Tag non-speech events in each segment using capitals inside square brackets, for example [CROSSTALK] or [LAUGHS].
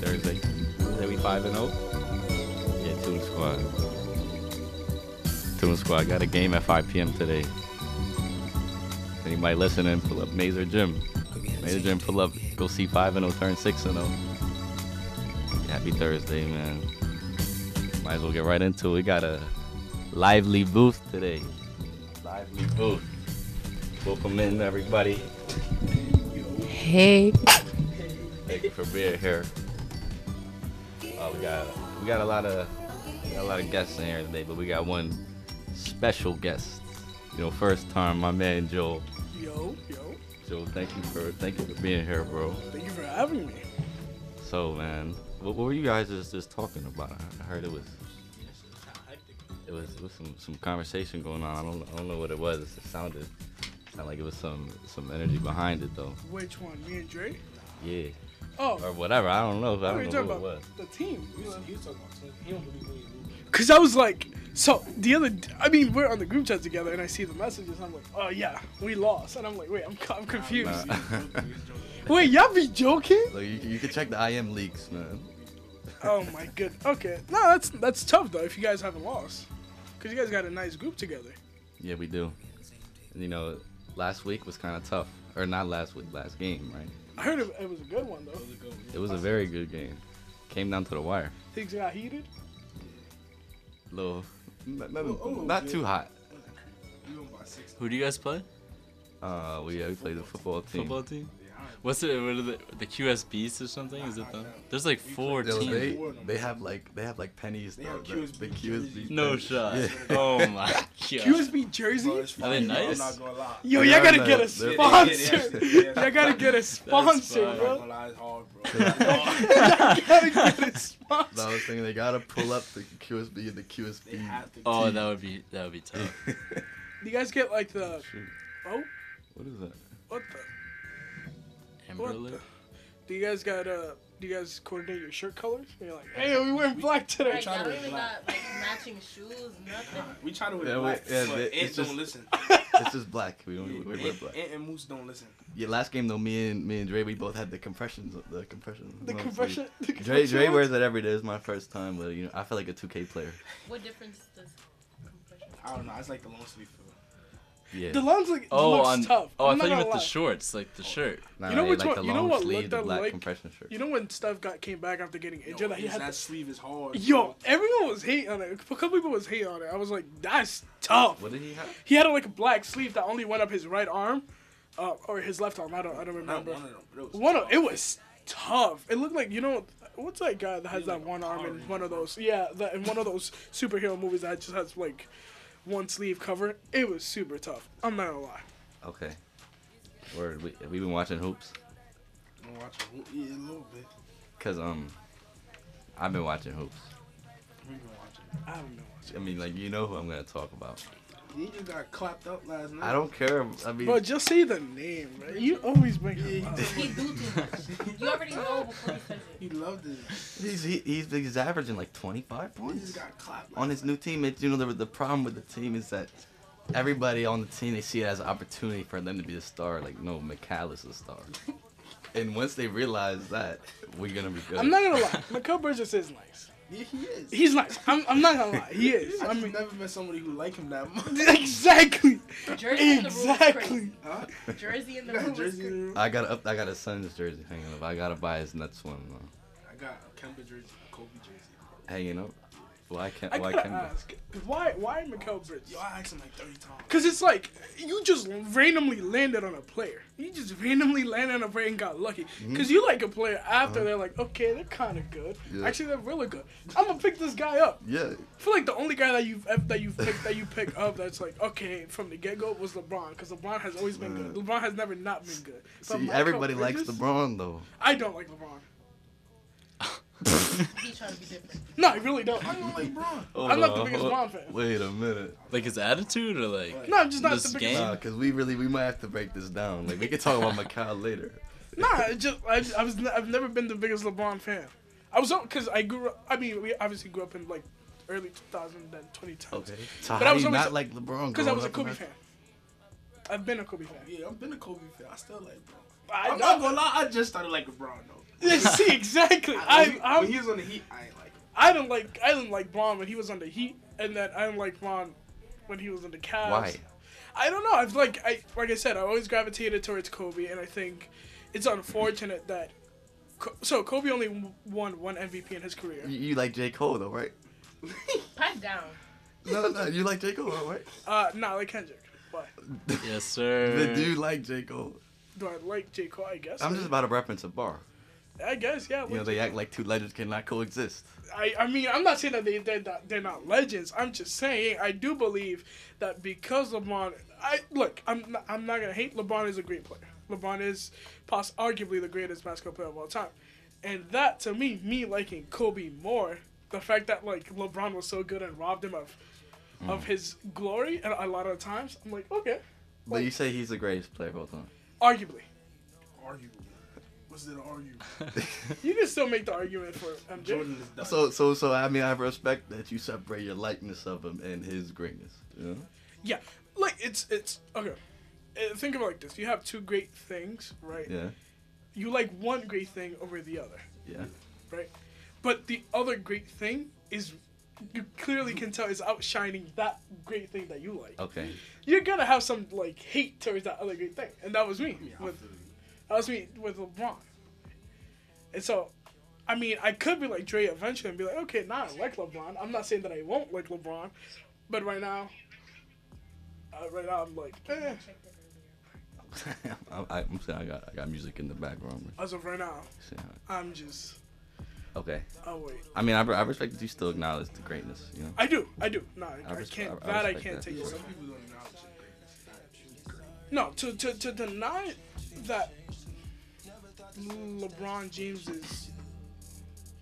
Thursday. Then we five and oh? zero. Yeah, Tune Squad. Tune Squad got a game at 5 p.m. today. Anybody listening? Pull up Mazer Gym. Mazer Gym, pull up. Go see five and zero, turn six and zero. Happy Thursday, man. Might as well get right into it. We got a lively booth today. Lively booth. Welcome in, everybody. Hey, Thank you for being here. Uh, we got we got a lot of we got a lot of guests in here today, but we got one special guest. You know, first time, my man Joel. Yo, yo, Joel, thank you for thank you for being here, bro. thank you for having me. So, man, what, what were you guys just, just talking about? I heard it was it was, it was some, some conversation going on. I don't I don't know what it was. It sounded sounded like it was some some energy behind it though. Which one? Me and Dre? Yeah, Oh, or whatever. I don't know. I what are you don't know talking what it about? was. [LAUGHS] The team. He was, he was talking about Twins. He don't believe in you. Cause I was like, so the other, d- I mean, we're on the group chat together, and I see the messages. I'm like, oh yeah, we lost, and I'm like, wait, I'm, co- I'm confused. Nah. Wait, y'all be joking? Like, you, you can check the IM leaks, man. Oh my good. Okay, no, that's that's tough though. If you guys haven't lost, cause you guys got a nice group together. Yeah, we do. You know, last week was kind of tough, or not last week, last game, right? I heard it, it was a good one though. It was a very good game. Came down to the wire. Things got heated. Little, not, not, oh, not yeah. too hot. You won by six. Who do you guys play? Uh, we, yeah, we played the football team. Football team? Yeah, I ain't- What's it? What are the, the QS Beasts or something? Is it them? There's like four Yo, teams. they, they have like they have like pennies. They though, have the- QSB the QSB. No pennies. shot. Yeah. [LAUGHS] Oh [LAUGHS] my god. QSB jersey. Bro, it's Are they fire. nice? I'm not gonna lie. Yo, Yeah, y'all gotta no, get a they're- sponsor. Yeah, yeah, yeah. Y'all gotta get a sponsor, I'm fine. not bro. gonna lie, it's hard, bro. [LAUGHS] Y'all gotta [LAUGHS] get a sponsor. So I was thinking they gotta pull up the QSB and the [LAUGHS] They QSB. have to. Oh, that would be that would be tough. You guys get like the Shoot, oh what is that? what the? Amber What Alert? Do you guys got uh? Do you guys coordinate your shirt colors? And you're like, hey, we wearing black today. like, try y'all to don't even relax. got like matching shoes, nothing. We try to wear Yeah, we- black, yeah, but they- Ant it's don't just- listen. It's just black. [LAUGHS] We don't we wear Ant, black. Ant and Moose don't listen. Yeah, last game though, me and me and Dre, we both had the compressions. The compression. The no, it's compression. like- The Dre compression Dre ones? wears it every day. It's my first time, but you know, I feel like a 2K player. What difference does compression? I don't know. It's like the long sleeve feel. Yeah. The lines look Oh, looks on, tough. oh, I'm I not thought you gonna meant lie. the shorts, like the shirt. Nah, You know they which like one- the you know long what sleeve, looked the up black like- compression shirt. You know when Steph got came back after getting Yo, injured, like he it's- had. that the- sleeve is hard. Yo, bro. everyone was hating on it. A couple people was hating on it. I was like, that's tough. what did he have? He had like a black sleeve that only went up his right arm, uh, or his left arm. I don't, I don't Not remember. one of them. but was One of tough. it was tough. It looked like you know what's that guy that has Yeah, that like one arm Power in Ranger. one of those yeah that in one of those superhero movies that just has like one sleeve cover. It was super tough. I'm not gonna lie. Okay. Word. We we been watching hoops I'm watching. Yeah, a little bit. because um, I've been watching hoops. We've been watching. I don't know. I mean, like you know who I'm gonna talk about. He just got clapped up last night. I [LAUGHS] don't care. I mean, Bro, just say the name, right? You always [LAUGHS] bring him up. He do too much. You already know before he says it. He loved it. he's he, he's he's averaging like 25 He just points got clapped. on his new team. It's, you know the the problem with the team is that. Everybody on the team, they see it as an opportunity for them to be a star. Like, no, McCall is a [LAUGHS] star. and once they realize that, we're gonna be good. I'm not gonna lie. Mikael Bridges is nice. Yeah, he is. He's nice. I'm, I'm not gonna lie. He is. I I have mean, [LAUGHS] never met somebody who like him that much. exactly, Jersey in the room is crazy. exactly. [LAUGHS] Huh? Jersey in the You got a room is jersey in crazy. the room? I got up. I got a Suns jersey hanging up. I gotta buy his next one. Though. I got a Kemba jersey, a Kobe jersey. Hanging up. Why can't? I Why gotta can't? I? ask, why why Mikael Bridges? Yo, I asked him like 30 times. Cause it's like you just randomly landed on a player. You just randomly landed on a player and got lucky. Mm-hmm. Cause you like a player after they're like, okay, they're kind of good. Uh-huh. Yeah. Actually, they're really good. I'm gonna pick this guy up. Yeah. I feel like the only guy that you've that you've picked that you pick up that's like okay from the get go was LeBron. Cause LeBron has always been good. LeBron has never not been good. But Uh. See, Michael everybody likes Bridges- LeBron though. I don't like LeBron. He trying to be different. No, I [LAUGHS] really don't. I don't like Bron. I'm not the biggest LeBron fan. Wait a minute. Like his attitude or like No, I'm just not This the biggest. game? Nah, cause we really we might have to break this down. Like we could talk about Macau [LAUGHS] later. Nah, it just I, I was ne- I've never been the biggest LeBron fan. I was because I grew up. I mean, we obviously grew up in like early 2000 then 2010s. So But how I do was you always- not like LeBron? Because I growing was a up in Kobe that- fan. I've been a Kobe fan. Yeah, I've been a Kobe fan. I still like Bron. I, I'm not gonna lie, I just started liking Bron though. Yeah, [LAUGHS] [LAUGHS] see, exactly. I, I, when, I'm, he, when he was on the Heat, I ain't like him. I didn't like I didn't like Braun when he was on the Heat, and then I didn't like Braun when he was on the Cavs. Why? I don't know. I've like I like I said, I always gravitated towards Kobe, and I think it's unfortunate that. Ko- So Kobe only w- won one MVP in his career. You, you like J. Cole though, right? Pipe down. No, no, you like J. Cole though, right? Uh, not like Kendrick. But Yes, sir. But do you like J. Cole? do I like J Cole? I guess. I'm just about to reference a bar. I guess yeah. You know, like they J. act like two legends cannot coexist. I, I mean, I'm not saying that they, they're, not, they're not legends. I'm just saying I do believe that because LeBron, I look, I'm not, I'm not gonna hate LeBron is a great player. LeBron is poss- arguably the greatest basketball player of all time, and that to me, me liking Kobe more, the fact that like LeBron was so good and robbed him of Mm. of his glory and a lot of times, I'm like, okay, But you say he's the greatest player of all time. arguably, Argue. What's it argue? you can still make the argument for MJ. [LAUGHS] Jordan is done. So, so, so. I mean, I respect that you separate your likeness of him and his greatness. You know? Yeah, like it's it's okay. Uh, Think of it like this: you have two great things, right? Yeah, you like one great thing over the other, yeah. right? But the other great thing is you clearly can tell is outshining that great thing that you like. Okay. [LAUGHS] You're gonna have some like hate towards that other great thing, and that was me. Yeah, I with, feel you. that was me with LeBron. And so, I mean, I could be like Dre eventually and be like, okay, now I like LeBron. I'm not saying that I won't like LeBron, but right now, uh, right now I'm like, eh. I, I'm saying I got, I got music in the background. As of right now, I'm just. Okay. Oh wait, I mean, I, I respect that you still acknowledge the greatness. You know. I do, I do. No, I, I I, res- can't. I- I that I respect can't that. take Yo, away. some people don't acknowledge it. Great. No, to, to, to deny that LeBron James is,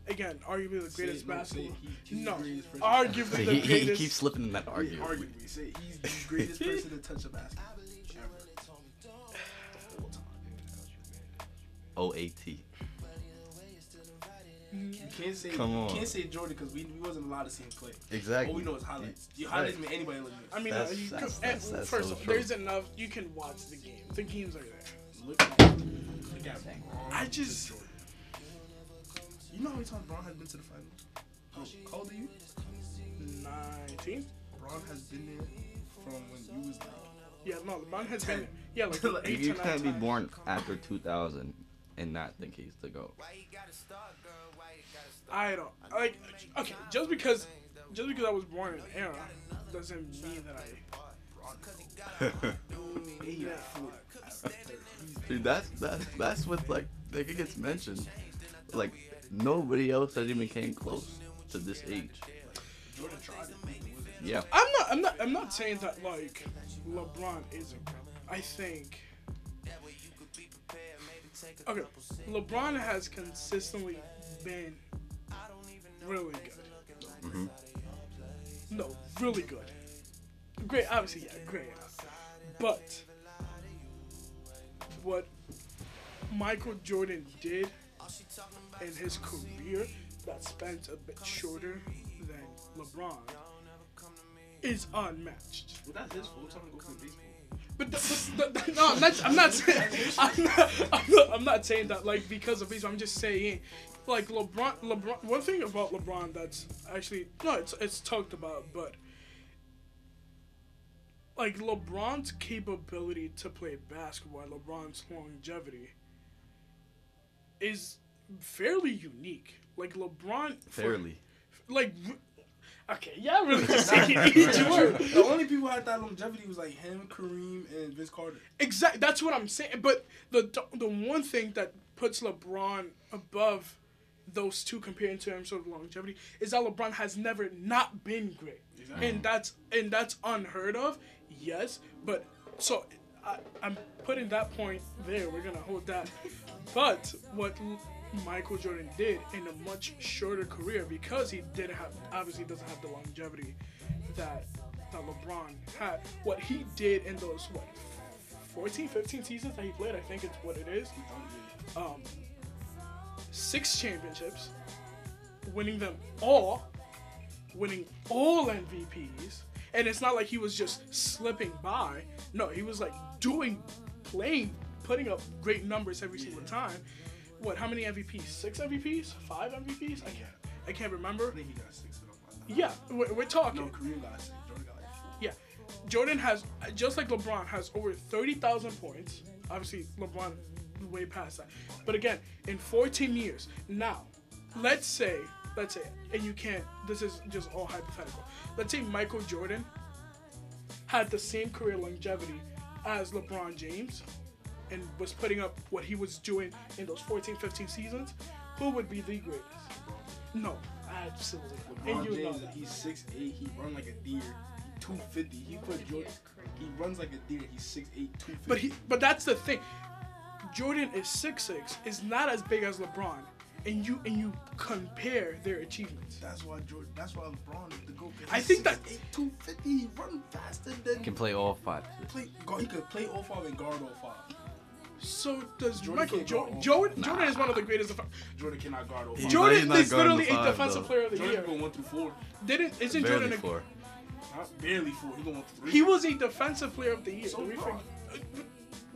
again, arguably the Say greatest it, no, say basketball. it. He's- he's No, the greatest person- arguably See, the he, he, he greatest. keeps slipping in that Yeah, argument. arguably. Say he's the greatest person to touch a basketball. Ever. The whole time. OAT. You can't say Come on. you can't say Jordan because we, we wasn't allowed to see him play. Exactly. All we know is highlights. You highlights make anybody look good. I mean, That's- uh, you, that's- could- that's- and that's first so of all, true. there's enough. You can watch the game. The games are there. Look at look at Bron. I just, You know how many times Bron has been to the finals? Bro, how old are you? 19? Bron has been there from when you was like Yeah, no, LeBron has been, yeah, like, Like, eight you to nine can't be times. born after 2000 and not think he's the [LAUGHS] goat. I don't like. Okay, just because, just because I was born in an era, doesn't mean that I. eight or four. Dude, that's that's that's what like like it gets mentioned. Like nobody else has even came close to this age. Jordan tried it. he wasn't. Yeah. I'm not. I'm not. I'm not saying that like LeBron isn't. I think. Okay, LeBron has consistently been really good. No, really good. Great, obviously, yeah, great. But what Michael Jordan did in his career that spans a bit shorter than LeBron is unmatched. Well, that's his fault. Trying to go play baseball. But, the, but the, the, no, I'm not, I'm not saying I'm not, I'm not I'm not saying that like because of baseball. I'm just saying like LeBron LeBron. One thing about LeBron that's actually no, it's it's talked about, but like LeBron's capability to play basketball, and LeBron's longevity is fairly unique. Like LeBron, for- Fairly. like. r- Okay, yeah, really just taking each word. The only people who had that longevity was like him, Kareem, and Vince Carter. Exactly. That's what I'm saying. But the the one thing that puts LeBron above those two compared to him sort of longevity is that LeBron has never not been great, and that's and that's unheard of. Yes, but so I, I'm putting that point there. We're gonna hold that. But what L- Michael Jordan did in a much shorter career because he didn't have obviously doesn't have the longevity that that LeBron had. What he did in those what 14, 15 seasons that he played, I think it's what it is. Um, six championships, winning them all, winning all MVPs, and it's not like he was just slipping by. No, he was like doing, playing, putting up great numbers every single time. what? How many MVPs? Six MVPs? Five MVPs? I can't. I can't I remember. think he got six of them. I- I- Yeah, we're, we're talking. No, Kareem got six. Jordan got like four. Yeah, Jordan has just like LeBron has over thirty thousand points. Obviously, LeBron way past that. But again, in fourteen years now, let's say, let's say, and you can't. This is just all hypothetical. Let's say Michael Jordan had the same career longevity as LeBron James and was putting up what he was doing in those 14, 15 seasons. Who would be the greatest? No, absolutely. LeBron and you know James, that. he's six eight. He run like a deer. Two fifty. He put Jordan. He runs like a deer. He's six eight, two fifty. But he, but that's the thing. Jordan is six six, is not as big as LeBron, and you and you compare their achievements. That's why Jordan. That's why LeBron is the goat. 'cause I he's think that- 6'8", 250. He run faster than. Can play all five. play. go- He could play all five and guard all five. So does Jordan Michael can't go Jordan? all- Jordan, Jordan is one of the greatest. Def- Jordan cannot guard all He's five. Jo- not- he's Jordan not is guarding literally the a five, defensive though. player of the Jordan year. go one through four. Didn't isn't Barely Jordan? four. Not barely four. He go one through A, three. he was a defensive player of the year. So Do we LeBron. forget- uh,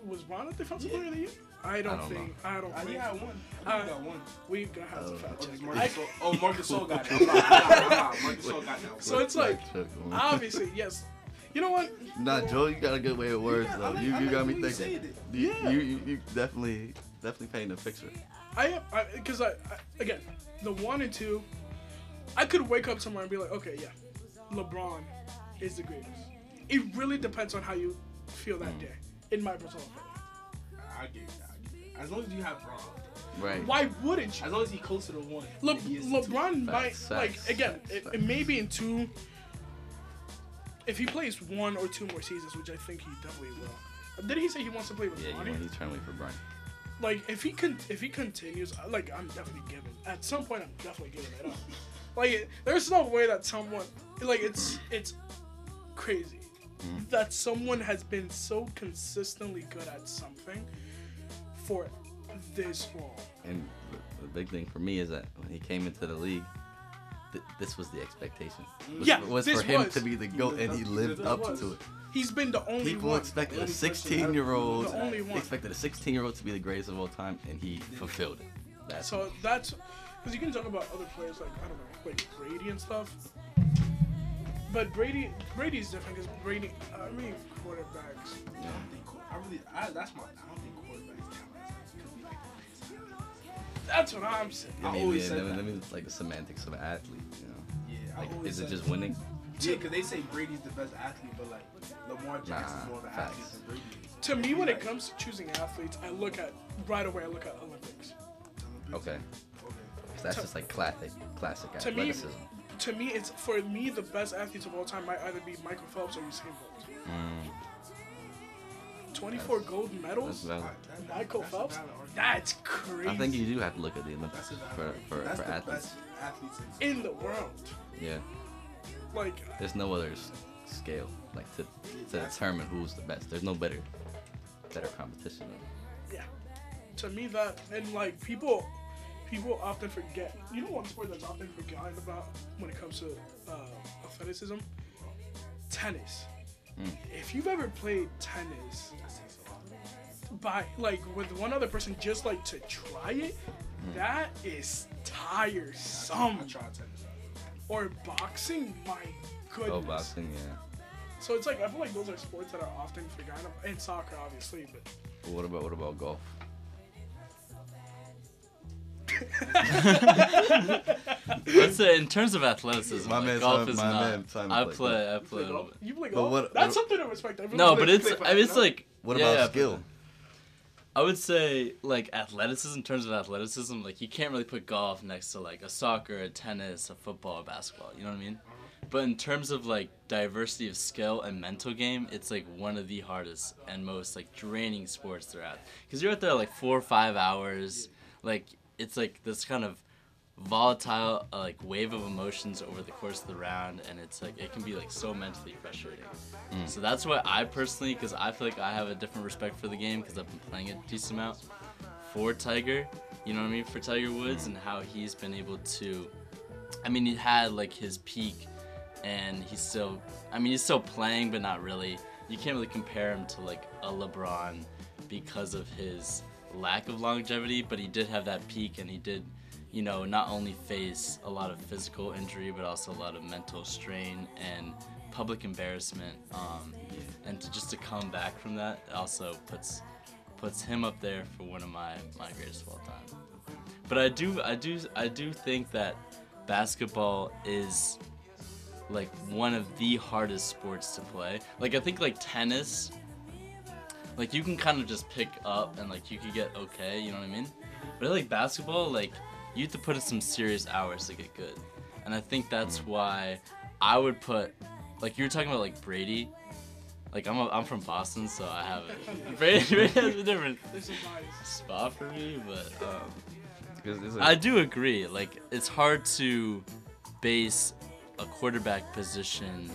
was Ron a defensive Yeah. player of the year? I don't, I don't think. I don't I, he think. had one. I Uh, think he got one. We've got to have to fact Oh, check. just I- Marcus Sol- oh, Marcus Sol got that. Nah, nah, nah, Marcus Sol got that. So it's like, Check one. obviously, yes. You know what? Nah, Joe, you got a good way of words Yeah, I though. like- you I you like got the me way you thinking. said it. You, Yeah. you, you, you definitely definitely painting a picture. I am because I, I, again the one and two, I could wake up tomorrow and be like, okay, yeah, LeBron is the greatest. It really depends on how you feel that day. In my personal opinion, I get that. I get that. As long as you have Bron. Right. why wouldn't you? As long as he closer to one. Le- he is to two. LeBron might Facts, like facts, again. facts, It, it facts. may be in two. If he plays one or two more seasons, which I think he definitely will. Did he say he wants to play with Yeah, Bronny? you want he's trying to wait for Brian. like if he can if he continues I- like i'm definitely giving at some point i'm definitely giving it up like there's no way that someone like it's it's crazy that someone has been so consistently good at something for this long And the- the big thing for me is that when he came into the league, th- this was the expectation. Was, Yeah, was this for him was. to be the goat, and he lived This up was. to it. he's been the only People one expected a only person- 16 year old The only one. expected a 16 year old to be the greatest of all time, and he fulfilled it. That's so that's because you can talk about other players like i don't know like brady and stuff but brady brady's different because brady uh, i mean quarterbacks I don't think quar- I really. I, that's my. I don't think quarterbacks count as like, could be like the greatest. that's what i'm saying I I mean, always yeah, said that, that. that means like the semantics of an athlete. You know, Yeah, I like always is it said- just winning? Yeah, because they say Brady's the best athlete, but like Lamar Jackson's Nah, more of an facts. athlete than Brady. is. To me, when it Like, comes to choosing athletes, I look at right away. I look at Olympics. Olympics. Okay, Okay. so that's just like classic, classic To me, athleticism. to me, it's for me the best athletes of all time might either be Michael Phelps or Usain Bolt. Twenty-four gold That's medals. valid. Alright, that- Michael that's a Phelps. valid argument. That's crazy. I think you do have to look at the Olympics That's a valid for argument. for, That's for the athletes. best athletes in- in the world. Yeah, Like there's no other s- scale like to to determine who's the best. There's no better better competition. yeah. To me, that and like people, people often forget. You know, one sport that's often forgotten about when it comes to uh, athleticism, tennis. Hmm. If you've ever played tennis, by like with one other person, just like to try it, Hmm. that is tiresome. I tried tennis. Or boxing, my goodness. Oh, boxing, yeah. So it's like I feel like those are sports that are often forgotten, about- and soccer obviously, but But what about what about golf? Let's say in terms of athleticism, My like, man's golf time- is my not. man time I play play. I play. play a little golf? bit. you like, But oh, what- that's what- something to respect. I really No, like- but it's. play I mean, it's golf? like. What yeah, about yeah, skill? I would say like athleticism. In terms of athleticism, like you can't really put golf next to like a soccer, a tennis, a football, a basketball. You know what I mean? But in terms of like diversity of skill and mental game, it's like one of the hardest and most like draining sports there at. Because you're out there like four or five hours. Like it's like this kind of volatile uh, like wave of emotions over the course of the round and it's like it can be like so mentally frustrating so that's why i personally because i feel like i have a different respect for the game because i've been playing it a decent amount for tiger you know what i mean for tiger woods and how he's been able to i mean he had like his peak and he's still i mean he's still playing but not really you can't really compare him to like a lebron because of his lack of longevity, but he did have that peak and he did, you know, not only face a lot of physical injury, but also a lot of mental strain and public embarrassment. Um, and to, just to come back from that also puts puts him up there for one of my, my greatest of all time. But I do I do I do think that basketball is like one of the hardest sports to play. Like I think like tennis, like you can kind of just pick up and like you could get okay, you know what I mean? But like basketball, like you have to put in some serious hours to get good. And I think that's why I would put like you were talking about like Brady. Like I'm a, I'm from Boston, so I have it. Brady, Brady has a [LAUGHS] different There's some bias. spot for me, but um, This- this is- I do agree. Like it's hard to base a quarterback position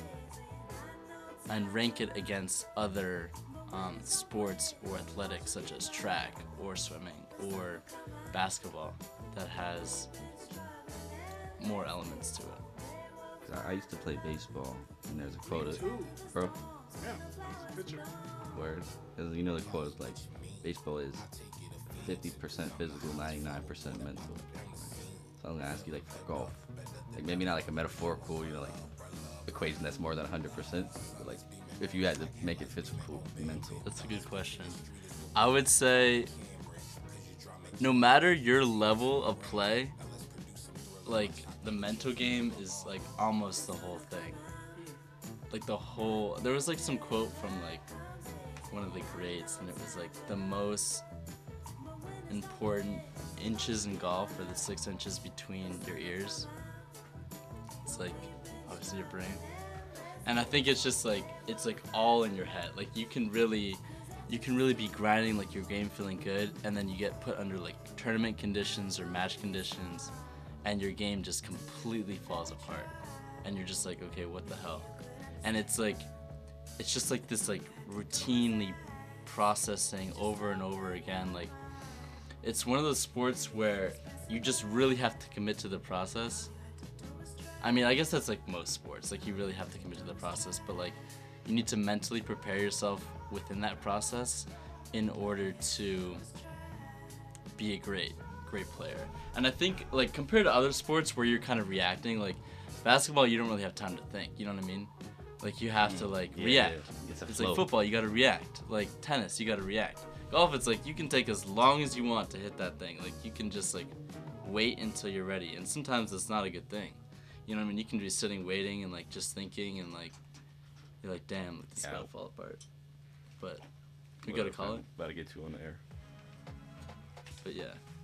and rank it against other um, sports or athletics such as track or swimming or basketball that has more elements to it. I used to play baseball, and there's a quote. Ooh, Bro, yeah, that's a picture. Word. 'Cause you know the quote is like, baseball is 50% physical, 99% mental. So I'm gonna ask you like for golf, like maybe not like a metaphorical, you know, like equation that's more than 100%, but like if you had to make it physical, mental. That's a good question. I would say no matter your level of play, like the mental game is like almost the whole thing. Like the whole there was like some quote from like one of the greats and it was like the most important inches in golf are the six inches between your ears. It's like obviously your brain. And I think it's just like it's like all in your head. Like you can really you can really be grinding like your game feeling good and then you get put under like tournament conditions or match conditions and your game just completely falls apart and you're just like okay what the hell and it's like it's just like this like routinely processing over and over again like it's one of those sports where you just really have to commit to the process i mean i guess that's like most sports like you really have to commit to the process but like you need to mentally prepare yourself within that process in order to be a great great player and i think like compared to other sports where you're kind of reacting like basketball you don't really have time to think you know what i mean like you have to like Yeah, react yeah. It's a it's flow. like football you gotta react like tennis you gotta react golf it's like you can take as long as you want to hit that thing like you can just like wait until you're ready and sometimes it's not a good thing you know what i mean you can be sitting waiting and like just thinking and like you're like damn like, this is Yeah. about to fall apart but we gotta call it About to get you on the air. but yeah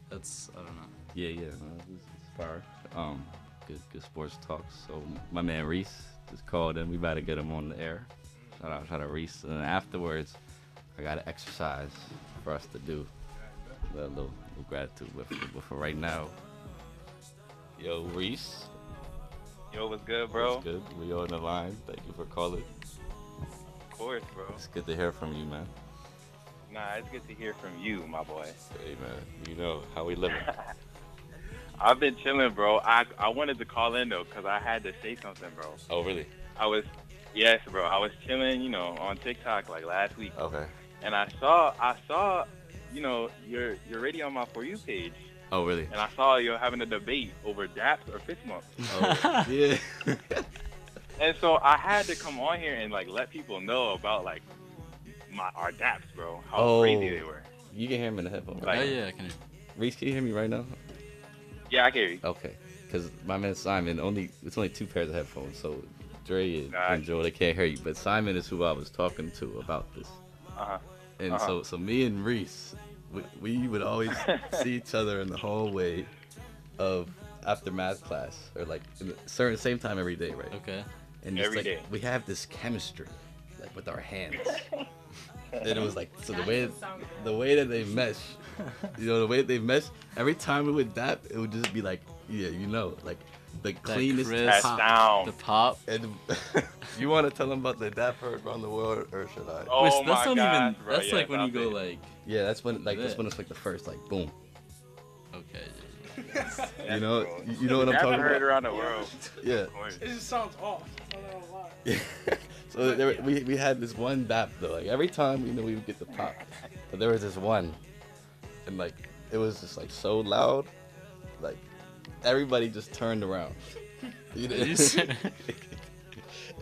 that's i don't know Yeah, yeah, no, this is fire. Um, good, good sports talk. So my man Reese just called in. We about to get him on the air. Shout out, shout out Reese. And then afterwards, I got an exercise for us to do. A little, little gratitude, but for, but for right now, yo Reese, Yo, what's good, bro, bro? good. We on the line. Thank you for calling. Of course, bro. It's good to hear from you, man. Nah, it's good to hear from you, my boy. Hey, man, you know how we [LAUGHS] living. I've been chilling, bro. I I wanted to call in though, cause I had to say something, bro. oh, really? I was, yes, bro. I was chilling, you know, on TikTok like last week, Okay. and I saw I saw, you know, your your radio on my for you page, Oh, really? and I saw you having a debate over daps or fist bumps. [LAUGHS] Oh, yeah. And so I had to come on here and like let people know about like my our daps, bro. How Oh. crazy they were. [LAUGHS] you can hear me in the headphone. oh Right? Like- yeah i can Reese, can you hear me right now? Yeah, I hear you. Okay, because my man Simon only it's only two pairs of headphones, so Dre and, Nah. and Joel they can't hear you. But Simon is who I was talking to about this, Uh-huh. and so so me and Reese, we, we would [LAUGHS] always see each other in the hallway of after math class or like in the certain same time every day, right? okay And it's Every like day. we have this chemistry, like with our [LAUGHS] hands. and it was like so the That way doesn't sound good. the way that they mesh, you know, the way that they mesh. Every time we would dap, it would just be like, yeah, you know, like the cleanest crisp- That pop. sound. the pop And [LAUGHS] you want to tell them about the dap heard around the world, or should I? Oh Which, my that's not gosh, even bro. that's Yeah, like when you stop go it. like Yeah, that's when like that's Yeah. when it's like the first like boom. okay You know, cool. Oh, you, you know what I'm Daps talking heard about? around the world. Yeah. Of course. It just sounds off. I don't know why. so there, we, we had this one dap though. Like every time we knew we would get the pop, but there was this one. and like it was just like so loud, like everybody just turned around. [LAUGHS] You know? [LAUGHS]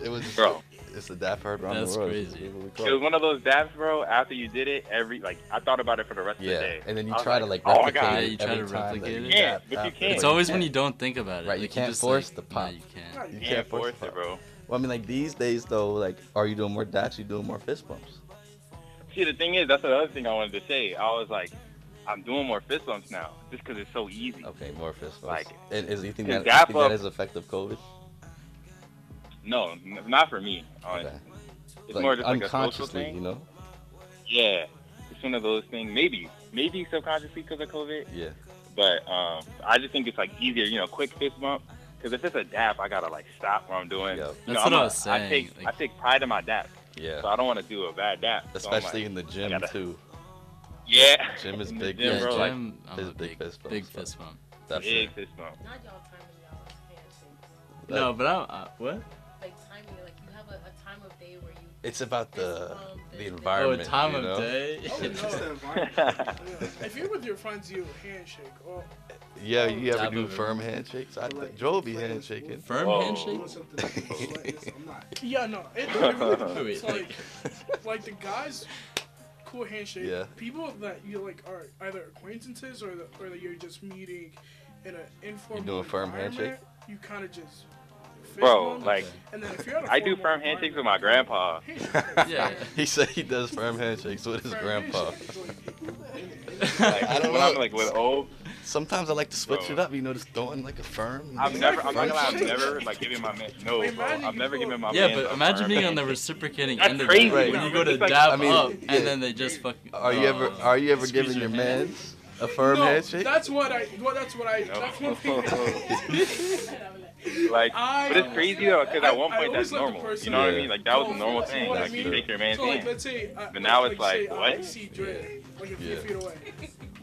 it was Bro. It's the Daft Punk around That's the world. crazy. It was, It was one of those dabs, bro. After you did it, every like I thought about it for the rest of yeah, the day. and then you I was try to like oh my replicate God. it Yeah, you try every time to that replicate you it. You can't, dab but you after. [LAUGHS] can't. It's always when can't. you don't think about it. Right, you like, can't just, force like, the nah, pop. you can't. Right. You You can't force it, bro. Well, I mean, like these days though, like are you doing more dabs? You doing more fist bumps? See, the thing is, that's the other thing I wanted to say. I was like, I'm doing more fist bumps now, just because it's so easy. Okay, more fist bumps. Like, and is you think to that, you dap think that up- is effective COVID? No, n- not for me. honestly. Okay. It's Like, more just like a social unconsciously, thing. you know? Yeah, it's one of those things. Maybe, maybe subconsciously because of COVID, Yeah. but um, I just think it's like easier, you know, quick fist bump. Because if it's a dap, I gotta like stop what I'm doing. Yeah. You know, That's I'm what I a- was I saying, take like- I take pride in my dap, so Yeah. I don't want to do a bad dap. So I'm like, Especially in the gym gotta- too. [LAUGHS] yeah, Gym is In the big, gym, Yeah, bro. Like Jim, I'm his a big big, fist bumps, big bro. fist bump. Definitely. big fist bump. Not y'all timing y'all fancy. No, but I'm uh, what? Like timing, like you have a, a time of day where you. It's about the Fist bump, the fist bump. Oh, environment. time you of know? [LAUGHS] day. Oh, [LAUGHS] It's just the no. [LAUGHS] environment. Yeah. If you're with your friends, you handshake. Oh. Or Yeah, you ever Type do of it. firm handshakes? I Like, th- Joe be like- handshaking. [LAUGHS] [LAUGHS] Firm Whoa. [LAUGHS] handshake. Doing Oh, something like this, like this, I'm not. yeah, no. [LAUGHS] It, it really- Wait, it's like, like the guys, cool handshake. Yeah. People that you like are either acquaintances or the, or that you're just meeting in an informal. do a firm environment, You kind of just. fist Bro, bump, like And then if you're at a I do formal firm handshakes with my environment, [LAUGHS] grandpa. handshake. Yeah. he said he does firm handshakes with his Firm grandpa. handshake. Like, [LAUGHS] Like I don't when know. I'm like with old, Sometimes I like to switch Bro. it up, you know, just throwing like a firm. [LAUGHS] I've never, firm I'm not gonna lie, I've handshake. never like giving my man, no, Wait, bro, imagine I've you never go- given my yeah, man. but a imagine firm being on the [LAUGHS] handshake. reciprocating That's end crazy, of it when bro. you go to It's like- dab I mean, up yeah. and then they just fucking. Are you ever Oh. are you ever Squeeze giving your your hand. man's a firm no, handshake? That's what I. Well, that's what I. [LAUGHS] That's one thing. like, I- but it's crazy though, because I- at one I point always that's let the normal. person- you know what Yeah. I mean? Like that was No, a normal that's thing. what I Like you mean. shake your man's So like, hand. let's say, uh, But now it's say like, I what? see Dre, like a few Yeah. feet away.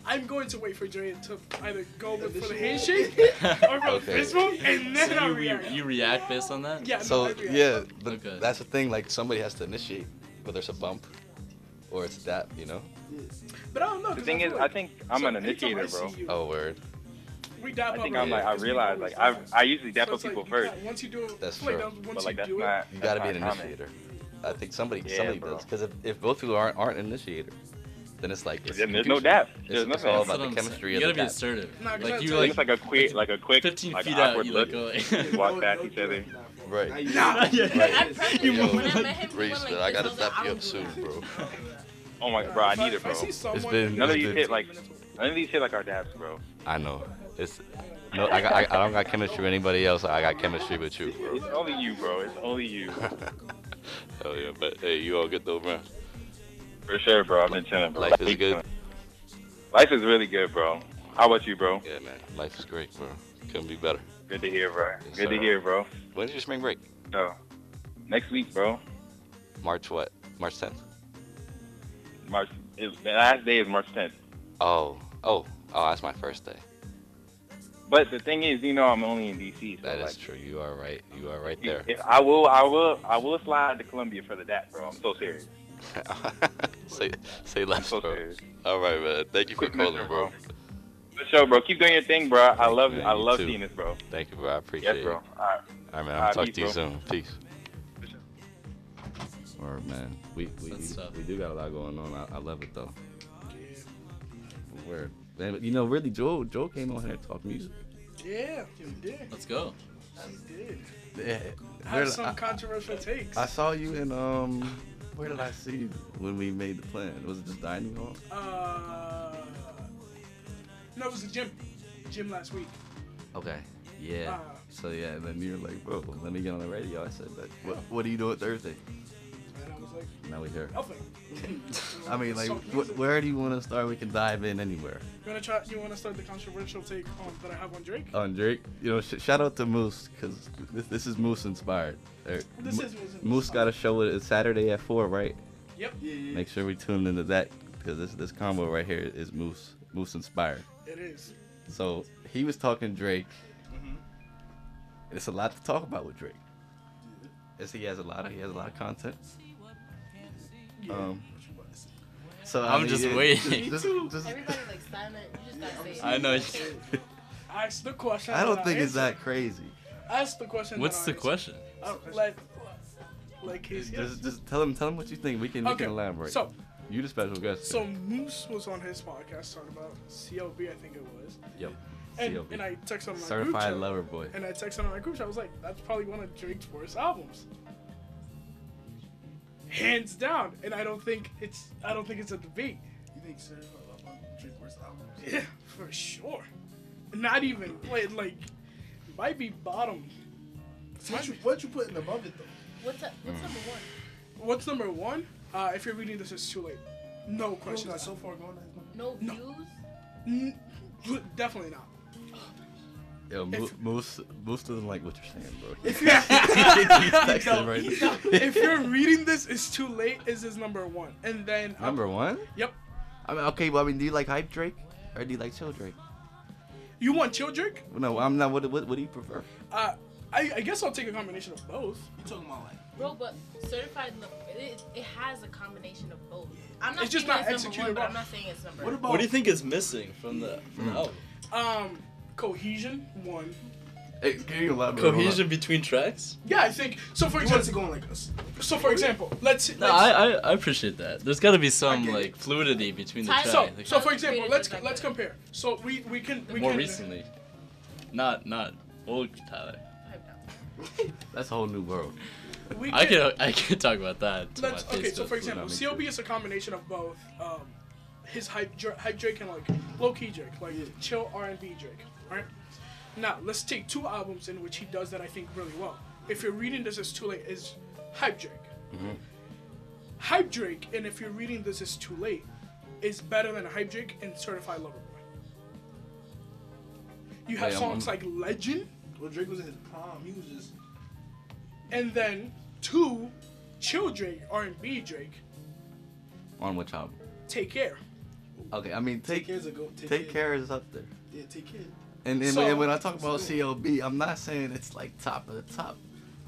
I'm going to wait for Dre to either go with for the handshake [LAUGHS] or for Okay. the fist bump, and then I'll you, re- react. [LAUGHS] you react based on that? yeah, no, So I'd react. yeah, but Okay. that's the thing. Like somebody has to initiate, whether it's a bump or it's a dap, you know. But I don't know. The thing is, I think I'm an initiator, bro. Oh, word. We dab I up think right I'm like, there, I 'cause we realize always like do I that. I usually dap So up it's like, people you first, can't- Once you do it, That's like, true. that's- once but like you that's do not. You that's gotta be not an common. initiator. I think somebody Yeah, somebody bro. does because if, if both people aren't aren't initiator, then it's like it's Then there's no confusion. dap. It's- There's it's nothing. all That's about what the I'm chemistry saying. You of gotta the be dap. assertive. Nah, 'cause like that's you how It's like just like a quick, like a quick, 15 like feet an out, awkward you like look. go [LAUGHS] like. [LAUGHS] Walk No, past no each other. joking, not for- Right. not even- Nah. Yeah. I [LAUGHS] Right. practiced You it. move when I like met him, he Grace, went like man, I this, gotta was like, dap you I'll up do soon, that. bro. Oh my, bro, I If need it, if I bro. see someone been- in None of the you next hit, like- minutes, None of these shit like our dabs, bro. I know. It's no. I got I, I don't got chemistry with anybody else. I got chemistry with you, It's bro. only you, bro. It's [LAUGHS] only you. Hell yeah. But hey, you all good though, man. For sure, bro. I've been chilling, bro. Life is good. Life is really good, bro. How about you, bro? Yeah, man. Life is great, bro. Couldn't be better. Good to hear, bro. Yes, Good sir. to hear, bro. When's your spring break? So, next week, bro. March what? March 10th. March. Is, the last day is March 10th. Oh, oh, oh, that's my first day. But the thing is, you know, I'm only in DC. So That is like, true. You are right. You are right there. If I will, I will, I will slide to Columbia for the dat, bro. I'm so serious. say, say I'm less, so bro. serious. All right, man. Thank you for Quick measure, calling, bro. Good show, bro. Keep doing your thing, bro. I Thanks, love, man. I You love too. seeing this, bro. Thank you, bro. I appreciate Yes, bro. it. All right. All right, man. I'll All right, talk peace, to you bro. soon. Peace. All right, man. We we, That's tough. we do got a lot going on. I, I love it though. Word. Man, but you know, really, Joe Joe came on here to talk music. yeah, you did. Let's go. You did. Yeah. Have some controversial takes. I saw you in um. Where did I see you when we made the plan? Was it just dining hall? Uh, no, it was the gym. Gym last week. Okay. Yeah. Uh, So yeah, and then you're like, bro, let me get on the radio. I said, like, what what do you do at Thursday? And I was like, Now we here. Alpha. [LAUGHS] I mean, like, Soft music. wh- where do you want to start? We can dive in anywhere. You wanna try? You wanna start the controversial take on that I have on Drake? On Oh, Drake, you know, sh- shout out to Moose because this, this is Moose inspired. Er, This Mo- is Moose Moose got a show it- it's Saturday at four, right? Yep. Yeah, yeah, Make sure we tune into that because this this combo right here is Moose Moose inspired. It is. So he was talking Drake. It's a lot to talk about with Drake. As he has a lot of he has a lot of content. Yeah. Um, So I'm just yeah, waiting. just- Me too. just- Everybody like silent. You just gotta say. it. I know. Ask the question. [LAUGHS] I don't that think it's answer. that crazy. Ask the question. that What's I the answer. question? Uh, like, like his. Just, just tell him, tell him what you think. We can, we Okay, can elaborate. So, you the special guest. so Moose was on his podcast talking about CLB, I think it was, yep. and, CLB. and I texted on my group Certified chat, lover boy. and I texted on my group chat. I was like, that's probably one of Drake's worst albums, hands down. And I don't think it's, I don't think it's a debate. You think Sarah Love on Drake worst albums? Yeah, for sure. Not even like, like might be bottom. What you what you putting above it though? What's up? What's number one? What's number one? Uh, if you're reading this, it's too late. No You question. got so far going. that- No No. views. N- definitely [LAUGHS] not. Yo, Mo- if- Moose, Moose doesn't like what you're saying, [LAUGHS] bro. He's No, texting right [LAUGHS] now. if you're reading this, it's too late. Is his number one, and then uh, Number one? Yep. I mean, okay, well, I mean, do you like hype Drake or do you like chill Drake? You want Chill Drake? No, I'm not. What, what, what do you prefer? Uh, I, I guess I'll take a combination of both. You talking about like? Bro, but certified look, it, it has a combination of both. I'm not It's just saying not it's number executed one, but well. I'm not saying it's number What one. about? What do you think is missing from the from the album? Um, cohesion one. Hey, can you elaborate? on that? Cohesion between tracks? Yeah, I think so. For You want it to example, go in like us? so for example, let's. No, let's- I, I, I appreciate that. There's got to be some get it. like fluidity between the Tyler- tracks. so Like, so How for they example, created let's it like let's that. compare. So we we can we more can, recently, not not old Tyler. Pipe down. That's a whole new world. We I can I can talk about that. To Let's, my okay, face, so but- for example, not make CLB sure. is a combination of both um, his hype, Dra- hype Drake and like low key Drake, like chill R and B Drake. Right now, let's take two albums in which he does that I think really well. If you're reading this as too late, is hype Drake. Mm-hmm. Hype Drake, and if you're reading this as too late, is better than hype Drake and Certified Lover Boy. You have Yeah, I'm- songs I'm- like Legend, Well, Drake was in his prime. He was just. and then two, chill Drake R and B Drake. On which album? Take care. Okay, I mean, Take take care's a go. Take, take care is up there. Yeah, take care. And, and, So- when, and when I talk about CLB, I'm not saying it's like top of the top.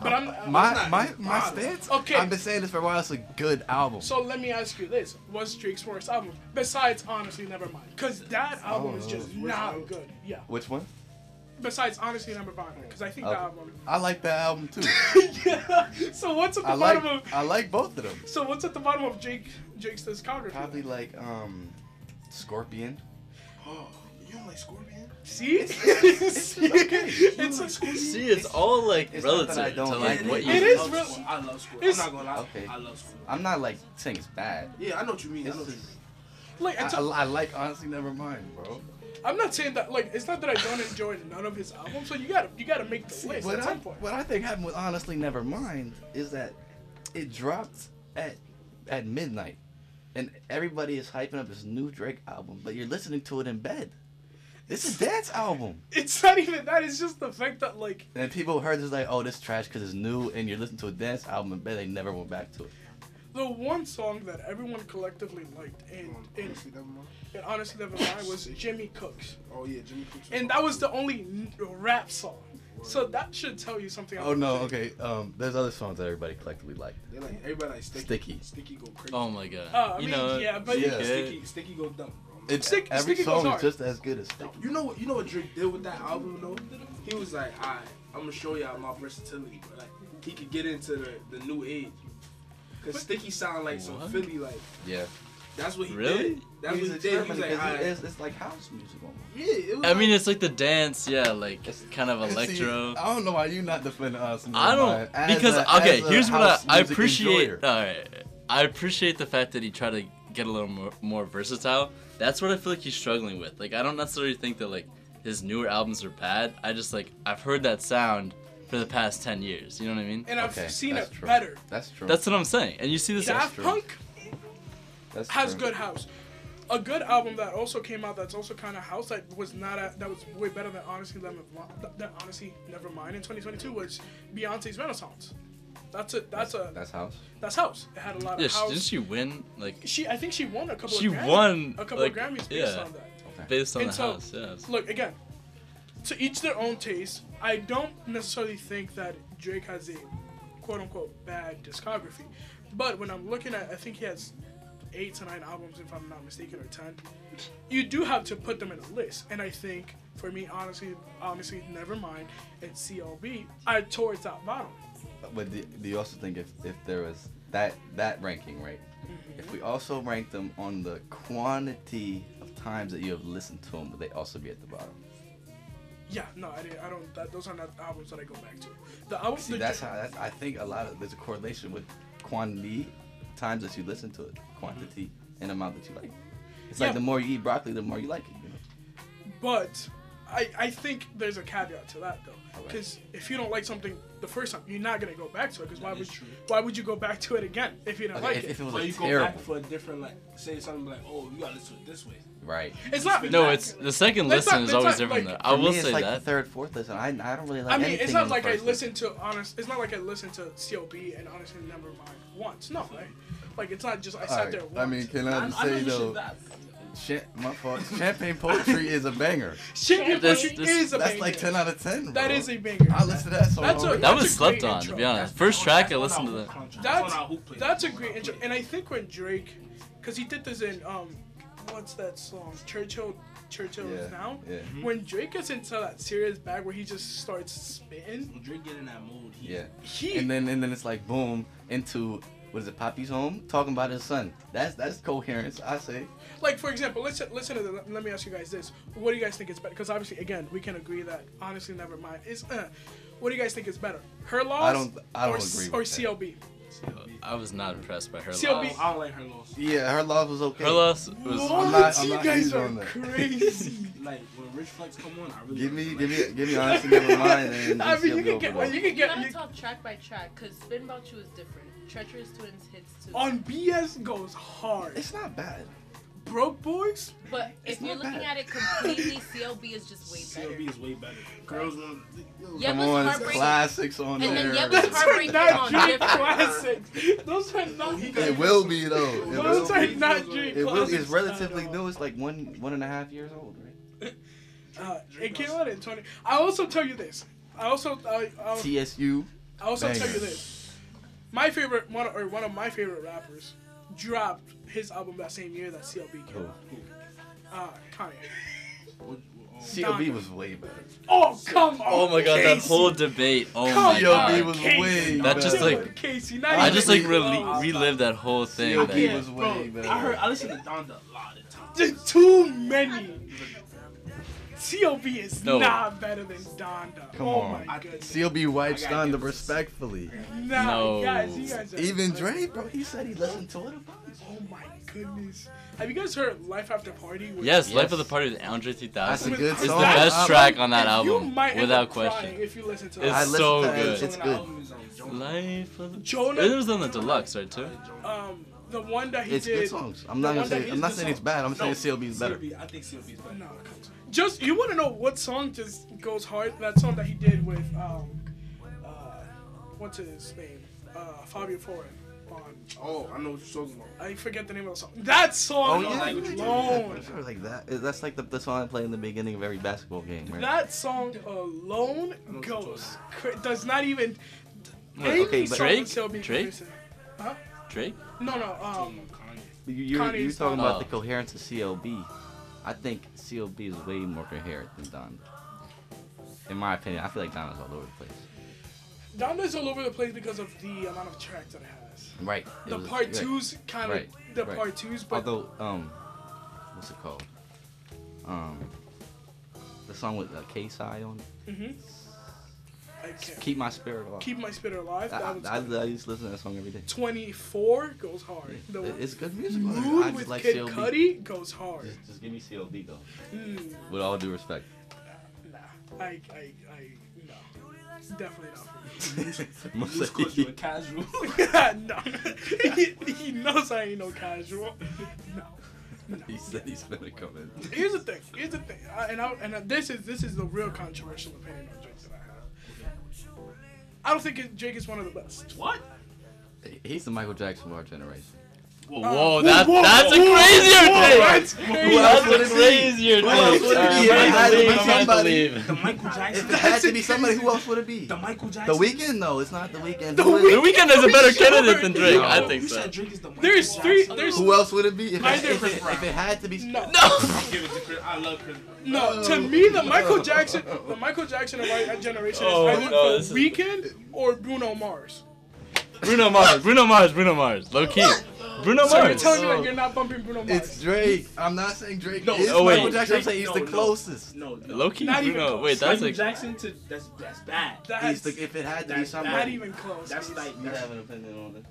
But I'm, I'm My not- my it's my not. stance. Okay. I've been saying this for a while. It's a good album. So let me ask you this: What's Drake's worst album besides honestly Nevermind? Because that album is just not good. Yeah. which one? Besides honestly Nevermind, because I think Okay. that album. [LAUGHS] I like that album too. yeah. So what's at the I like bottom of? I like both of them. So what's at the bottom of Jake Jake's discography? Probably like um, Scorpion. Oh, you don't like Scorpion? See, it's, [LAUGHS] okay. it's a- See, it's all like it's not that relative I don't to like like what it. you. It is I love real- Scorp- I love Scorpion. I'm it's- not gonna lie. Okay. I love Scorpion. I'm not like saying it's bad. Yeah, I know what you mean. I It's know what you just- mean. like I, it's I, a, I like honestly. Never mind, bro. I'm not saying that like it's not that I don't enjoy none of his albums. So you gotta you gotta make the list what at I, some point. what I think happened with honestly never mind is that it dropped at at midnight and everybody is hyping up this new drake album but you're listening to it in bed this is dance album It's not even that. It's just the fact that like and people heard this like oh this trash because it's new and you're listening to a dance album in bed they never went back to it the one song that everyone collectively liked and Mm-hmm. and Honestly, never mind. and honestly never mind was Jimmy Cooks, Oh yeah, Jimmy Cooks. and that was the only n- rap song. So that should tell you something. oh no about Jay. okay um there's other songs that everybody collectively liked They like everybody like sticky. Sticky. Sticky go crazy. Oh my god. Oh, I you mean, know. yeah, but Yeah. Sticky, sticky go dumb, bro. it's Stick- every Sticky Goes song Hard. is just as good as Sticky. You know what? You know what Drake did with that album though? He was like, "All right, I'm gonna show y'all my versatility." But like, he could get into the, the new age. Cause Sticky sound like some What? Philly like. yeah That's what he Really? did. That's He's what he did. He was experimenting like, 'cause "All it right." is- it's like house music almost Yeah, it was. I mean, like- it's like the dance, yeah, like kind of [LAUGHS] electro. See, I don't know why you not defending us. I don't because okay. Here's what I, I appreciate. All right, I appreciate the fact that he tried to get a little more, more versatile. That's what I feel like he's struggling with. Like I don't necessarily think that like his newer albums are bad. I just like I've heard that sound for the past ten years. You know what I mean? And I've Okay, seen that's it true. better. That's true. That's what I'm saying. And you see this. Daft true. Punk That's has true. good house. A good album that also came out that's also kind of house that was not a, that was way better than honestly Lemon that honestly never mind in 2022 was Beyonce's Renaissance. That's a that's a That's house. that's house. It had a lot Yeah, of she, house. didn't she win like she I think she won a couple She of Grammys, won, a couple like, of Grammys based yeah. on that. based on And the so- house? Yeah. it's- Look again. To each their own taste. I don't necessarily think that Drake has a quote unquote bad discography, but when I'm looking at, I think he has eight to nine albums, if I'm not mistaken, or ten. You do have to put them in a list, and I think for me, honestly, honestly, Nevermind and CLB are towards that bottom. But do, do you also think if, if there was that that ranking, right? If we also rank them on the quantity of times that you have listened to them, would they also be at the bottom? Yeah, no, I, didn't, I don't. That, those are not the albums that I go back to. The albums. See, the- that's how that's, I think a lot of there's a correlation with quantity, times that you listen to it, quantity and amount that you like. It's Mm-hmm. Yeah. like the more you eat broccoli, the more you like it. You know? But I, I think there's a caveat to that though, Alright. because if you don't like something the first time, you're not gonna go back to it. Because why That would is true. why would you go back to it again if you don't Okay, like if, it? if it was So like you go terrible, back for a different like say something like, oh, you gotta listen to it this way. right? it's not No, it's the second That's listen not- is that's not, always different. like- though. I For will me, it's say like the that. third, fourth listen. I, I don't really like. I mean, anything it's in not the like I first listened to honest. It's not like I listened to CLB and honestly never mind once. No, like, like it's not just I sat Alright, there. Once. I mean, can I just say though, cha- [LAUGHS] my fault. Champagne poetry is a banger. Champion This- Poetry this- is a That's banger. like ten out of ten. Bro. That is a banger. I listen to that song. That's a- already. That That's was slept great on, to intro. be honest. First track I listened to that. That's on our hoop plate. that's a That's on great our intro, plate. and I think when Drake, because he did this in um, what's that song? Churchill, Churchill Yeah, is now. yeah. When Drake gets into that serious bag where he just starts spitting, When Drake get in that mood, he, Yeah. he And then and then it's like boom into what is it? Poppy's home talking about his son. That's that's coherence. I say. like for example, listen listen to the, let- let me ask you guys this: What do you guys think is better? Because obviously, again, we can agree that honestly, never mind. Is uh, what do you guys think is better? Her loss. don't- I or, don't s- agree with Or that. CLB. I was not impressed by her CLB. loss. I don't like her loss. Yeah, her love was okay. Her loss was. I'm not- I'm you not guys easy are on that. crazy. Like when Rich Flex come on, I really Give really me, like give me, it. give me honestly [LAUGHS] never mind. And [LAUGHS] I mean, CLB you can over get there. you can You gotta get you, talk track by track, cause Spin About You is different. Treacherous Twins hits too. on BS goes hard. It's not bad. Broke boys. but if you're not looking bad. at it completely, CLB is just way better. CLB is way better. Girls want. Yeah, Come but on, it's heartbreak- classics on and then there. Yep Those was are heartbreaking not on Drake different- classics. Those are not. it will be though. It will Those be. are not Drake It will, classics. it's relatively at all. new. It's like one, one and a half years old, right? Uh, it came out in 20. I also tell you this. I also I, I'll, TSU. I also tell banger. you this. My favorite one or one of my favorite rappers dropped his album that same year that CLB came Who? out. Uh, Kanye. CLB was way better. Oh come on. Oh my god, Casey. that whole debate. Oh Come my CLB on, god. was Casey. way That just, Come better. like- on, Casey. Now I you just make like me reli- laugh. relived that whole thing. CLB that- was Bro, way better. I heard. I listened to Donda a lot of times. Just too many. CLB is No. not better than Donda. Come oh on. my goodness. CLB wipes I gotta Donda do this. respectfully. Nah, No. guys, you guys are Even funny. Drake, bro, he said he listened to it. a bunch. Oh my goodness. Have you guys heard Life After Party? With Yes, Yes. Life of the Party with Andre That's a 3000 good is the song. best I- track on that You album, might end without up crying question. If you listen to It's that. listened so to that, good. It's good. Life of the Jonah- It was on the deluxe, right, too? um, the one that he It's did. good songs. I'm the not gonna one that say. he I'm not did saying the it's bad. I'm saying No, CLB is better. CLB, I think CLB is better. No, come on. just you want to know what song just goes hard? That song that he did with um, uh, what's his name? Uh, Fabio Foreign. Oh, I know what you're talking about. I forget the name of the song. That Oh, song alone. Sure, like that. That's like the, the song I play in the beginning of every basketball game. Right? That song alone goes cra- does not even. Wait, Any okay, but- song Drake? with CLB Drake? producing. Drake? No, no. Um, you, you're, you're Kanye's talking song. about the coherence of CLB. I think CLB is way more coherent than Don. In my opinion, I feel like Don is all over the place. Donda's all over the place because of the amount of tracks that it has. Right. it The was- part right. twos kind of Right, the right. part twos, but Although, um, what's it called? Um, the song with uh, K Sai on it. Mhm. I can't. Keep My Spirit Alive. Keep my spirit alive. I, That was I, I, used to listen to that song every day. twenty four goes hard. The It- It's good music. on it. I mood just with like Kid CLB. Cudi goes hard. Just, just give me CLB though. Mm, With all due [LAUGHS] respect. nah, I, I, I, no, definitely not. for me. Most Just of 'cause you're you- casual. no, [LAUGHS] he, he knows I ain't no casual. No. he said he's gonna come in. Here's the thing. Here's the thing. I, and I, and this is this is the real controversial opinion on Drake that I have. I don't think Drake is one of the best. what? He's the Michael Jackson of our generation. Whoa, that, that's a crazier thing. That's Who crazy. else would would it be? crazier Who else thing? would it be? I'm It had to be about to somebody. leave. The Michael Jackson. If it had to be somebody, who else would it be? The Michael Jackson. The weekend, though. It's not the weekend. The Who is it? The weekend is a better Sure. candidate than Drake. No. I Oh, You think so. said Drake is the Michael There's three. Jackson. There's Who else would it be? If, Neither it, if, Chris it, Brown. if it had to be, no. No. Give it to Chris. I love Chris. Brown. No, to me the Michael Jackson, the Michael Jackson of our generation Oh, is either no, The this is- Weeknd or Bruno Mars. Bruno Mars. Bruno Mars. Bruno Mars. Low key. Bruno So you're Mars. telling me that you're not bumping Bruno Mars? it's Drake. I'm not saying Drake. No, is oh, wait. Michael Jackson. I'm Drake- saying he's no, the no. closest. No, no. Low key. Not even Bruno. close. Wait, that's Michael like. Jackson to that's that's bad. that's He's the, if it had to be That's somebody. not even close. That's like You that's, have an opinion on this?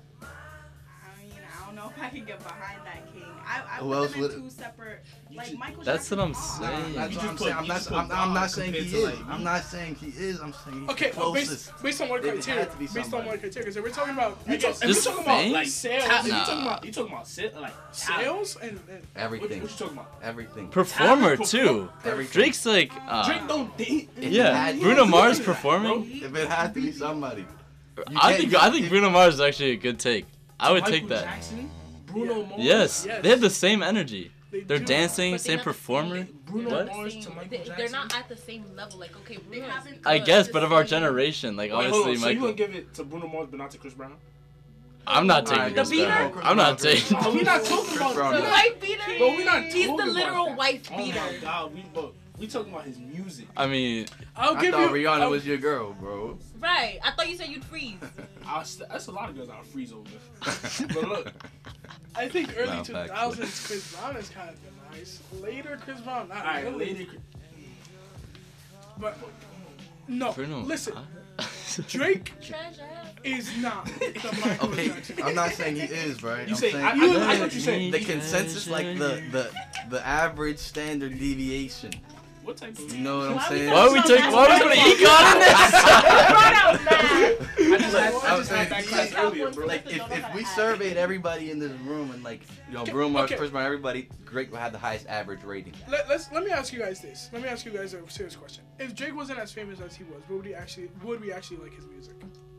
I mean, I don't know [LAUGHS] if I can get behind that king. I, I Who put else them would- in two separate. You Like just- Michael That's what I'm Jackson. saying. That's You what just I'm put- saying. you I'm just not, put I'm, I'm not Bob saying compared he to, is. like, I'm not saying he is. I'm saying he's Okay, the well, closest. based, based on what It had criteria? to be Based on somebody. what criteria? Because we're talking about I You guess, talk, if you Just talking about like fans? sales, Nah. if you talking about you talking about sales, like talent. sales and, and What, what you Everything. talking about? Everything. Performer Talent too. Everything. Drake's like. Drake Uh, don't date. yeah. Had- Bruno Yeah, Mars yeah, bro. performing. If it had to be somebody. You I can't- think. you- I think if- Bruno Mars is actually a good take. I would Michael take that. Jackson, Bruno Mars. Yes, Yes. they have the same energy. they They're do- dancing, But they same have the performer. same- Bruno they're not What? the Mars to same- Michael they- They're not Jackson. at the same level. Like, okay, They Bruno is haven't I good. guess, The but of our same- generation, Wait, like hold obviously on. So you Michael. gonna give it to Bruno Mars, but not to Chris [LAUGHS] Brown? I'm not All taking right, Chris the beater? Brown. I'm not Chris taking. [LAUGHS] Brown. Are we not talking Chris about Brown. The [LAUGHS] Yeah. wife beater. But we not He's the talking literal about wife Oh beater. my God, we but we talking about his music. I mean, I'll I give thought you. Rihanna I'll- was your girl, bro. Right. I thought you said you'd freeze. I st- that's a lot of girls I'll freeze over. [LAUGHS] But look, I think early Nah, facts, 2000s Chris Brown is kind of nice. Later Chris Brown, not all right, really. lady. But no, Bruno. listen, huh? [LAUGHS] Drake Treasure. is not the Michael Okay, Jackson. I'm not saying he is, right? You I'm say saying I, I, You- I thought you said the consensus, like the the the average standard deviation. what type of You know what I'm saying? Why we take? Why we put an econ in this? Brought out that. I just, had- I I'm just saying had that these- class earlier, bro. Like if, if we surveyed everybody in this room and like you know Bruno Mars, Okay. Chris Brown, everybody, Drake would have the highest average rating. Let, let's let me ask you guys this. Let me ask you guys a serious question. If Drake wasn't as famous as he was, would we actually would we actually like his music?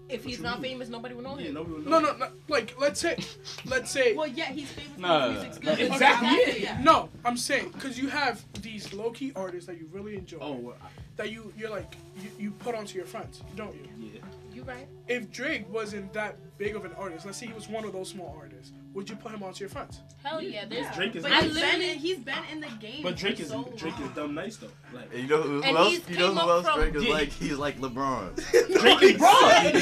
If he's you not mean? famous, nobody would know Yeah, him. nobody would No, know. no, no like let's say, let's say Well, yeah, he's famous. No, no, No, no, music's no. good. but Exactly, not- yeah. [LAUGHS] no. I'm saying because you have these low key artists that you really enjoy Oh, well, I- that you you're like you, you put onto your friends, don't you? yeah. You right. If Drake wasn't that big of an artist, let's say he was one of those small artists, would you put him onto [LAUGHS] your friends? Hell Oh, yeah. There's Yeah. Drake is But nice. I he's been, literally in, he's been in the game. But Drake for is so Drake is long. dumb nice though. Like And you know who, who And else? he's You know came who up else from- Drake is Yeah. like? He's like LeBron. Drake is broad.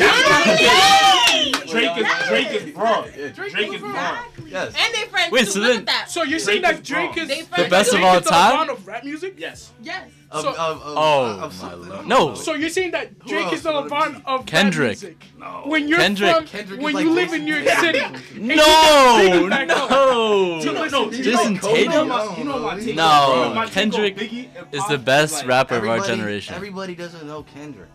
Drake is Drake is broad. [LAUGHS] Yeah, Drake is broad. Exactly. Yes. And they friends Wait, too. so Look then- at that. So you're saying Drake that is Drake wrong. is They The friends. best of Drake all is the time? LeBron of rap music? Yes. Yes. Of, So- of, of, Oh, of, of my something. lord. No. So you're saying that Who Drake else is the would it LeBron be? of Kendrick. Rap music. When you're Kendrick. from, Kendrick is when like you live Jason in New York Tatum. City, No, Back up. You know, no. no, you Jason know, you know Tatum? my, you know my take. No, you know my take on Kendrick Biggie and Is Pac the best like, rapper of our Everybody- generation. Everybody doesn't know Kendrick.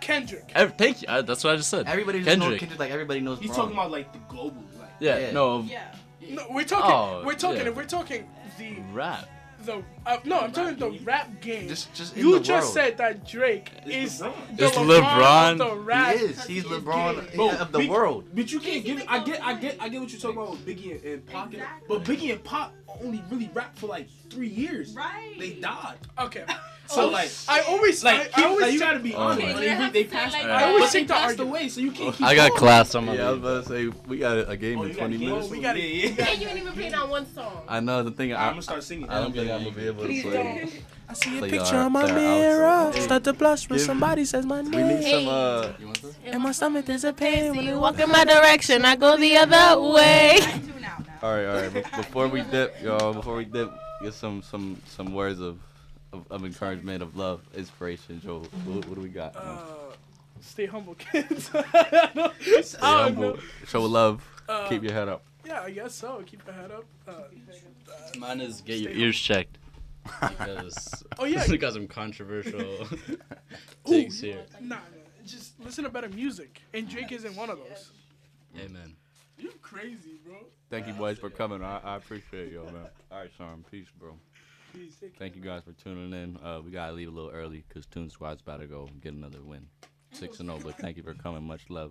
Kendrick. Ev- Thank you. Uh, That's what I just said. Everybody doesn't know Kendrick. Kendrick. Like everybody knows. He's Bron. talking about like the global, like Yeah. Yeah. No. of Yeah. No, we're talking. Oh, we're talking. yeah. If we're talking the Rap. the uh, no, I'm talking the rap game. just just in you the just world. said that Drake It's is LeBron. the It's LeBron. LeBron. of The rap. He is. He's He is LeBron gay. Bro, of the we- world. But you can't Can't give. make I no get. I point. get. I get what you're talking about with Biggie and, and Pac. and- Exactly. But Biggie and Pac only really rap for like three years. Right. They died. [LAUGHS] Okay. So like, I always like, I, I keep- always like you think- gotta be Oh honest. my They, God. they passed. Like, I I always always they think the passed argument- away, so you can't keep. I got going. class. I'm Yeah, I was on. about to say we got a game Oh, in you got 20 games? minutes. Oh, we gotta- Yeah, yeah. And you ain't even played on one song. I know the thing. I, I'm gonna start singing. I don't think I'm gonna be able to Please play. don't. I see play our- play our outro. to blush Give- says my We need some. Uh, And my stomach there's a pain when you walk in my direction. I go the other way. I tune out now. all right, all right. be- Before we dip, y'all. Before we dip, get some some some words of of, of encouragement, of love, inspiration. Joel, what, what do we got? uh, Oh. stay humble, kids. [LAUGHS] I don't- Stay I don't humble. know. Show love. Uh, Keep your head up. Yeah, I guess so. Keep your head up. Uh, Mine is get your ears checked. Because oh yeah. [LAUGHS] we got some controversial Ooh, takes here. nah, nah, just listen to better music. And Drake isn't one of those. Amen. You crazy, bro. Thank you, boys, for coming. I, I appreciate y'all, man. All right, Sean. Peace, bro. Please take Thank you guys for tuning in. Uh, we oh, gotta leave a little early because Toon Squad's about to go get another win, six and zero. But thank you for coming. Much love.